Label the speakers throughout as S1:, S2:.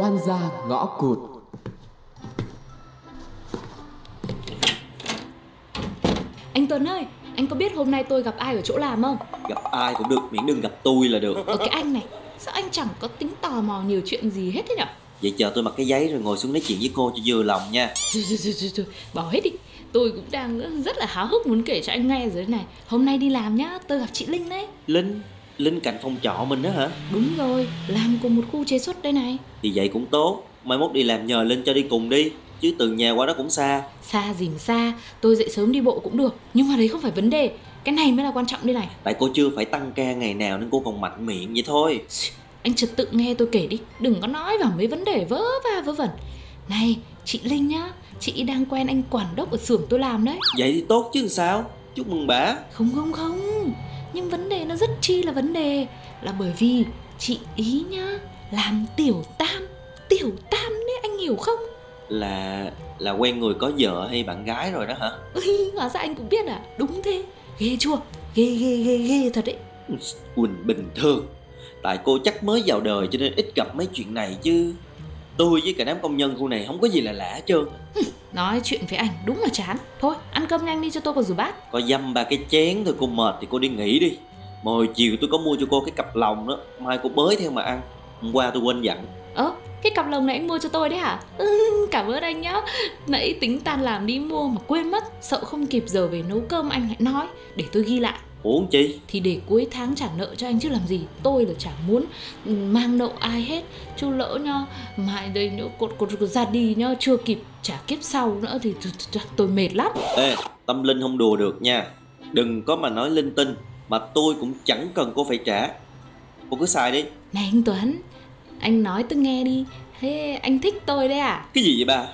S1: ra ngõ cụt
S2: Anh Tuấn ơi, anh có biết hôm nay tôi gặp ai ở chỗ làm không?
S3: gặp ai cũng được miễn đừng gặp tôi là được
S2: Ở cái anh này, sao anh chẳng có tính tò mò nhiều chuyện gì hết thế nhở?
S3: vậy chờ tôi mặc cái giấy rồi ngồi xuống nói chuyện với cô cho vừa lòng nha
S2: Thôi, thôi, thôi, thôi, thôi, bỏ hết đi Tôi cũng đang rất là háo hức muốn kể cho anh nghe rồi đây này Hôm nay đi làm nhá, tôi gặp chị Linh đấy
S3: linh linh cạnh phòng trọ mình đó hả
S2: Đúng rồi, làm cùng một khu chế xuất đây này
S3: thì vậy cũng tốt mai mốt đi làm nhờ linh cho đi cùng đi chứ từ nhà qua đó cũng xa
S2: Xa dìm xa, tôi dậy sớm đi bộ cũng được Nhưng mà đấy không phải vấn đề Cái này mới là quan trọng đây này
S3: tại cô chưa phải tăng ca ngày nào nên cô còn mạnh miệng vậy thôi
S2: Anh trật tự nghe tôi kể đi Đừng có nói vào mấy vấn đề vớ va vớ vẩn Này, chị Linh nhá Chị đang quen anh quản đốc ở xưởng tôi làm đấy
S3: vậy thì tốt chứ làm sao chúc mừng bả
S2: Không không không Nhưng vấn đề nó rất chi là vấn đề Là bởi vì chị ý nhá Làm tiểu tam Tiểu tam đấy anh hiểu không
S3: là là quen người có vợ hay bạn gái rồi đó hả
S2: Ui, Hóa ra anh cũng biết à Đúng thế Ghê chưa Ghê ghê ghê ghê thật đấy
S3: Quỳnh bình thường Tại cô chắc mới vào đời cho nên ít gặp mấy chuyện này chứ Tôi với cả đám công nhân khu này không có gì là lạ hết trơn
S2: Nói chuyện với anh đúng là chán Thôi ăn cơm nhanh đi cho tôi còn rửa bát
S3: Có dăm ba cái chén thôi cô mệt thì cô đi nghỉ đi Mà Hồi chiều tôi có mua cho cô cái cặp lòng đó Mai cô bới theo mà ăn Hôm qua tôi quên dặn
S2: Ơ cái cặp lồng này anh mua cho tôi đấy hả ừ, Cảm ơn anh nhá Nãy tính tan làm đi mua mà quên mất Sợ không kịp giờ về nấu cơm anh lại nói Để tôi ghi lại
S3: Uống chi
S2: thì để cuối tháng trả nợ cho anh chứ làm gì tôi là chả muốn ừ, mang nợ ai hết chứ lỡ nhá mai đây nữa cột cột cột ra đi nhá chưa kịp trả kiếp sau nữa thì t- t- t- tôi mệt lắm
S3: Ê tâm linh không đùa được nha Đừng có mà nói linh tinh Mà tôi cũng chẳng cần cô phải trả Cô cứ xài đi
S2: này anh Tuấn anh nói tôi nghe đi thế anh thích tôi đấy à
S3: Cái gì vậy ba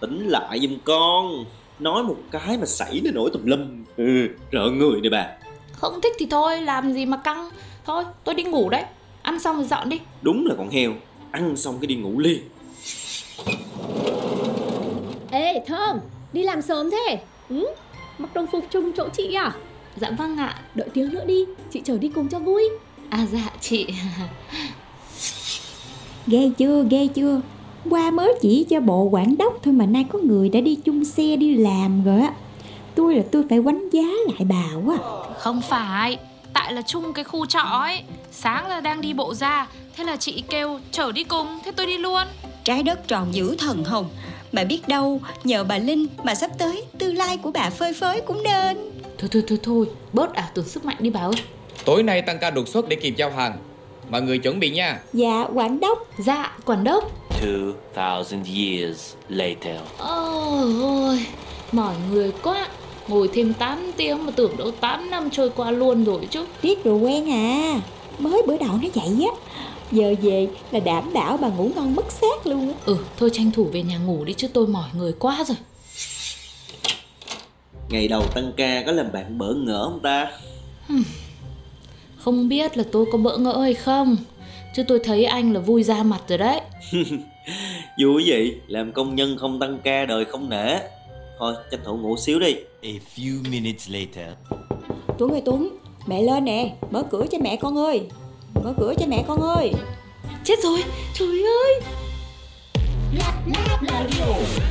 S3: Tỉnh lại giùm con Nói một cái mà xảy ra nổi tùm lum ừ, Rợ người nè bà
S2: không thích thì thôi làm gì mà căng thôi tôi đi ngủ đấy ăn xong rồi dọn đi
S3: Đúng là con heo Ăn xong cái đi ngủ liền
S4: Ê Thơm, đi làm sớm thế? Ừ? Mặc đồng phục chung chỗ chị à?
S2: dạ vâng ạ
S4: Đợi tiếng nữa đi, chị chờ đi cùng cho vui
S2: à dạ chị
S5: Ghê chưa, ghê chưa Qua mới chỉ cho bộ quản đốc thôi mà nay có người đã đi chung xe đi làm rồi á Tôi là tôi phải quánh giá lại bà quá
S6: Không phải, tại là chung cái khu trọ ấy Sáng là đang đi bộ ra Thế là chị kêu chở đi cùng Thế tôi đi luôn
S7: Trái đất tròn giữ thần hồng Mà biết đâu nhờ bà Linh mà sắp tới tương lai của bà phơi phới cũng nên
S2: thôi thôi thôi thôi bớt ảo tưởng sức mạnh đi bà ơi
S8: Tối nay tăng ca đột xuất để kịp giao hàng Mọi người chuẩn bị nha
S5: Dạ quản đốc
S2: dạ quản đốc
S9: 2000 years later.
S2: Ôi, ôi, mỏi người quá Ngồi thêm 8 tiếng mà tưởng đâu 8 năm trôi qua luôn rồi chứ
S5: Riết rồi quen à Mới bữa đầu nó vậy á Giờ về là đảm bảo bà ngủ ngon mất xác luôn á
S2: Ừ, thôi tranh thủ về nhà ngủ đi chứ tôi mỏi người quá rồi
S3: Ngày đầu tăng ca có làm bạn bỡ ngỡ không ta
S2: Không biết là tôi có bỡ ngỡ hay không Chứ tôi thấy anh là vui ra mặt rồi đấy
S3: Vui vậy Làm công nhân không tăng ca đời không nể Thôi tranh thủ ngủ xíu đi
S9: A few minutes later.
S5: Tuấn ơi Tuấn Mẹ lên nè Mở cửa cho mẹ con ơi Mở cửa cho mẹ con ơi
S2: Chết rồi, trời ơi
S4: Lạp lạp là điều